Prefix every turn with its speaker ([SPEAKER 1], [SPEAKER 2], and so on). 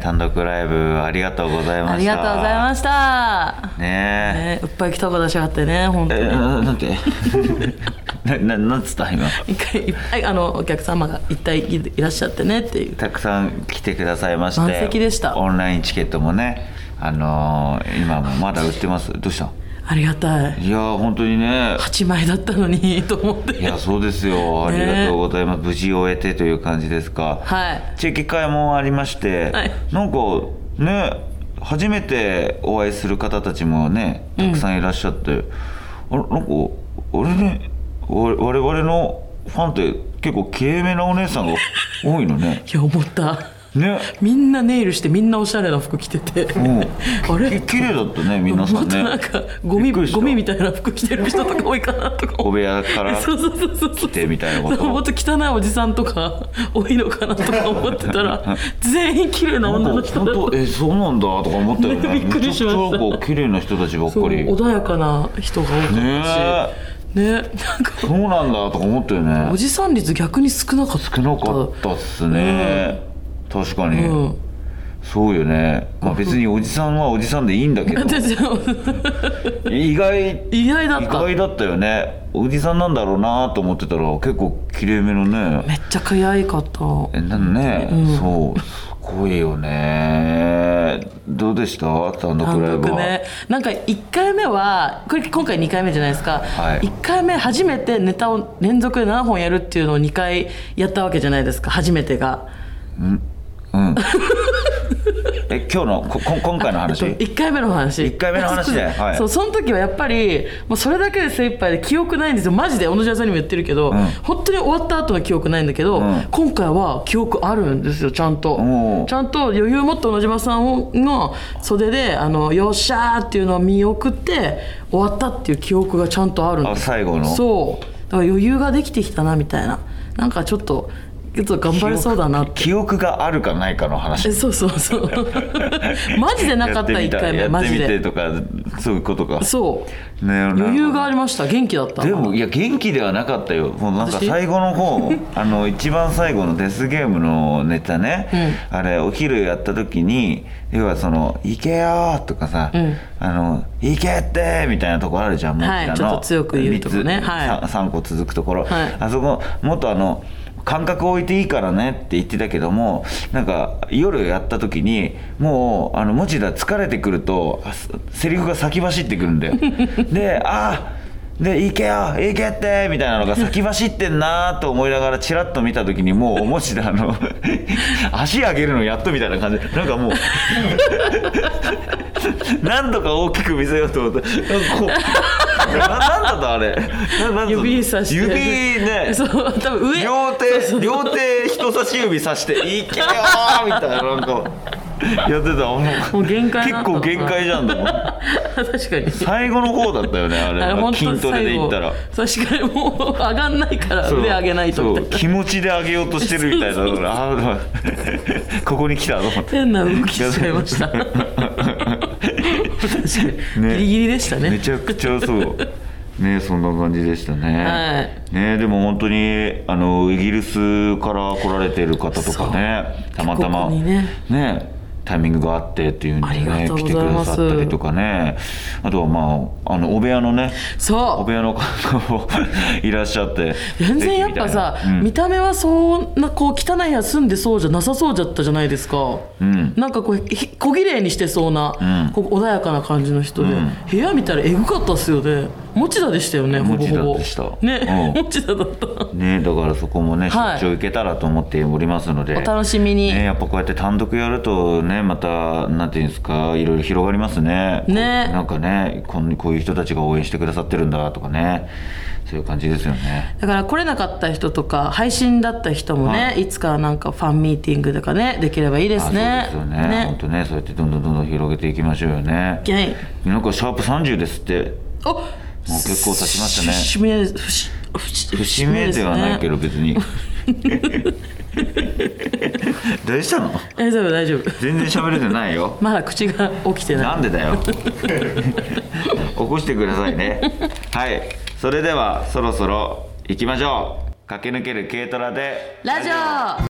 [SPEAKER 1] 単独ライブありがとうございました
[SPEAKER 2] ありがとうございました
[SPEAKER 1] ね
[SPEAKER 2] ねいっぱい来たことしやがってね本
[SPEAKER 1] え
[SPEAKER 2] 当
[SPEAKER 1] え
[SPEAKER 2] に
[SPEAKER 1] ーなんて なななんつった今
[SPEAKER 2] 一回いっぱいあのお客様が一体いらっしゃってねっていう
[SPEAKER 1] たくさん来てくださいまして
[SPEAKER 2] 満席でした
[SPEAKER 1] オンラインチケットもねあのー今もまだ売ってますどうした
[SPEAKER 2] ありがたい
[SPEAKER 1] いやー本当にね
[SPEAKER 2] 8枚だったのにと思って
[SPEAKER 1] いやそうですよあり
[SPEAKER 2] ね
[SPEAKER 1] がとうございます、無事終えてという感じですか
[SPEAKER 2] はい
[SPEAKER 1] チェキ会もありまして、
[SPEAKER 2] はい
[SPEAKER 1] なんかね初めてお会いする方たちもねたくさんいらっしゃって、あれなんか俺ね我我々のファンって結構きれいめなお姉さ んが多いのね
[SPEAKER 2] いや思った
[SPEAKER 1] ね
[SPEAKER 2] みんなネイルしてみんなおしゃれな服着てて
[SPEAKER 1] うん
[SPEAKER 2] あれ
[SPEAKER 1] き綺麗だったね皆さ
[SPEAKER 2] も
[SPEAKER 1] ん
[SPEAKER 2] っと
[SPEAKER 1] ね
[SPEAKER 2] なんかゴミ
[SPEAKER 1] びっくりした
[SPEAKER 2] ゴミみたいな服着てる人とか多いかなとか
[SPEAKER 1] 小
[SPEAKER 2] 思っ
[SPEAKER 1] 部屋から
[SPEAKER 2] てそうそうそうそう
[SPEAKER 1] 着てみたいなこと
[SPEAKER 2] そうもっと汚いおじさんとか多いのかなとか思って たら全員綺麗な女の人だ
[SPEAKER 1] 本
[SPEAKER 2] った
[SPEAKER 1] 当えそうなんだとか思ったよね
[SPEAKER 2] びっくりしま
[SPEAKER 1] めちゃくち
[SPEAKER 2] した
[SPEAKER 1] ゃなんか綺麗な人たちばっか
[SPEAKER 2] そう
[SPEAKER 1] り
[SPEAKER 2] 穏やかな人が多かったし
[SPEAKER 1] ね
[SPEAKER 2] ねなんか
[SPEAKER 1] そうなんだとか思ったよね
[SPEAKER 2] おじさん率逆に少なかった
[SPEAKER 1] 少なかったっすね、確かに、
[SPEAKER 2] うん
[SPEAKER 1] そうよねまあ別におじさんはおじさんでいいんだけど
[SPEAKER 2] 私
[SPEAKER 1] 意外意
[SPEAKER 2] 意外だった
[SPEAKER 1] 外だったよねおじさんなんだろうなと思ってたら結構きれいめのね
[SPEAKER 2] めっちゃ可愛かった
[SPEAKER 1] えなんね、そうすごいよねどうでした単独ライ
[SPEAKER 2] 単
[SPEAKER 1] ブ
[SPEAKER 2] 独
[SPEAKER 1] は、
[SPEAKER 2] ねなんか1回目はこれ今回2回目じゃないですか、
[SPEAKER 1] はい
[SPEAKER 2] 1回目初めてネタを連続で7本やるっていうのを2回やったわけじゃないですか初めてが
[SPEAKER 1] うん。え、今日の、こ、こん今回の話。うん。
[SPEAKER 2] 1回目の話
[SPEAKER 1] 一回目の話ではい
[SPEAKER 2] そうその時はやっぱりもうそれだけで精一杯で記憶ないんですよマジで小野寺さんにも言ってるけど、
[SPEAKER 1] ん
[SPEAKER 2] 本当に終わった後の記憶ないんだけど、
[SPEAKER 1] ん
[SPEAKER 2] 今回は記憶あるんですよちゃんと
[SPEAKER 1] おー
[SPEAKER 2] ちゃんと余裕を持って小野島さんをの袖であの「よっしゃー」っていうのを見送って終わったっていう記憶がちゃんとあるんです
[SPEAKER 1] あ最後の
[SPEAKER 2] そうだから余裕ができてきたなみたいななんかちょっとちょっと頑張れそうだなって
[SPEAKER 1] 記憶があるかないかの話
[SPEAKER 2] え。 そうそうそうマジでなかった
[SPEAKER 1] やてみ
[SPEAKER 2] 1回目
[SPEAKER 1] や
[SPEAKER 2] マ
[SPEAKER 1] って
[SPEAKER 2] ジ
[SPEAKER 1] みて
[SPEAKER 2] で
[SPEAKER 1] とか、そういうことか。
[SPEAKER 2] そう
[SPEAKER 1] ね
[SPEAKER 2] 余裕があ
[SPEAKER 1] る
[SPEAKER 2] りました元気だっ
[SPEAKER 1] ほ
[SPEAKER 2] た
[SPEAKER 1] ど。でも、いや、元気ではなかったよ。もうなんか
[SPEAKER 2] 私
[SPEAKER 1] 最後の 方、あの、一番最後のデスゲームのネタね。あれ、お昼やった時に、要はその、行けよーとかさ、
[SPEAKER 2] ん
[SPEAKER 1] あの、行けってーみたいなところあるじゃん、も
[SPEAKER 2] はい
[SPEAKER 1] あの
[SPEAKER 2] ちょっと強く言うとこ
[SPEAKER 1] 三
[SPEAKER 2] ね
[SPEAKER 1] つ
[SPEAKER 2] はい
[SPEAKER 1] さ3個続くところ、
[SPEAKER 2] はい
[SPEAKER 1] あそこもっとあの間隔置いていいからねって言ってたけどもなんか夜やった時にもうあの持田疲れてくるとあすセリフが先走ってくるんだ よであで行けよ行けってみたいなのが先走ってんなーと思いながらチラッと見た時にもう持田 の足上げるのやっとみたいな感じでなんかもうなんとか大きく見せようと思ってなん かこうななんだったあれななんだった
[SPEAKER 2] 指さして
[SPEAKER 1] 指ね
[SPEAKER 2] そう多分上
[SPEAKER 1] 両手両手人差し指さして「いけよ!」みたいななんかやってたも
[SPEAKER 2] もう限界だ
[SPEAKER 1] 結
[SPEAKER 2] った
[SPEAKER 1] 構限界じゃんと思って
[SPEAKER 2] 確かに
[SPEAKER 1] 最後の方だったよねあれ
[SPEAKER 2] あれ本当
[SPEAKER 1] 筋トレで言ったら
[SPEAKER 2] 最後確かにもう上がんないから
[SPEAKER 1] そう
[SPEAKER 2] 腕上げないとみ
[SPEAKER 1] そう
[SPEAKER 2] たいな
[SPEAKER 1] 気持ちで上げようとしてるみたいなだ からあー ここに来たと思って
[SPEAKER 2] 変な動きしちゃい ました確かに、
[SPEAKER 1] ね
[SPEAKER 2] ギリギリでしたね
[SPEAKER 1] めちゃくちゃ そうねそんな感じでしたね、
[SPEAKER 2] はい
[SPEAKER 1] ねでも本当にあのイギリスから来られてる方とかねたまたま
[SPEAKER 2] 帰国にね
[SPEAKER 1] タイミングがあってっていうんで
[SPEAKER 2] ありが
[SPEAKER 1] ね
[SPEAKER 2] とう
[SPEAKER 1] 来
[SPEAKER 2] ご
[SPEAKER 1] て
[SPEAKER 2] ざい
[SPEAKER 1] くだ
[SPEAKER 2] ます
[SPEAKER 1] さったりとかねあとはまああのお部屋のねお
[SPEAKER 2] そ
[SPEAKER 1] 部屋の方も いらっしゃって
[SPEAKER 2] う全然やっぱさ、
[SPEAKER 1] ぜひみたいなうん
[SPEAKER 2] 見た目はそんなこう汚い部屋住んでそうじゃなさそうじゃったじゃないですか、
[SPEAKER 1] ん
[SPEAKER 2] なんかこうひ小綺麗にしてそうな、
[SPEAKER 1] うん
[SPEAKER 2] こう穏やかな感じの人で、部屋見たらえぐかったっすよね持田でしたよねほぼほぼ
[SPEAKER 1] 持田でした
[SPEAKER 2] ね、
[SPEAKER 1] うん
[SPEAKER 2] 持田だった
[SPEAKER 1] ねだからそこもね
[SPEAKER 2] はい
[SPEAKER 1] 出張行けたらと思っておりますので、
[SPEAKER 2] お楽しみに、
[SPEAKER 1] ね、やっぱこうやって単独やるとねまたなんていうんですかいろいろ広がりますね
[SPEAKER 2] ね
[SPEAKER 1] こうなんかねこんこういう人たちが応援してくださってるんだとかねそういう感じですよね
[SPEAKER 2] だから来れなかった人とか配信だった人もね、、
[SPEAKER 1] はい
[SPEAKER 2] つかなんかファンミーティングとかねできればいいですね
[SPEAKER 1] あそうですよね本当ねそうやってどんどんどんどん広げていきましょうよね
[SPEAKER 2] ねはい
[SPEAKER 1] なんかシャープ30ですって
[SPEAKER 2] お
[SPEAKER 1] もう結構経ちましたね
[SPEAKER 2] 節目です節節
[SPEAKER 1] 節目ではないけど
[SPEAKER 2] ど
[SPEAKER 1] 別に大したの
[SPEAKER 2] 大丈夫大丈夫
[SPEAKER 1] 全然喋れてないよ
[SPEAKER 2] まだ口が起きてない
[SPEAKER 1] なんでだ よ起こしてくださいねはいそれではそろそろ行きましょう駆け抜ける軽トラで
[SPEAKER 2] ラジオ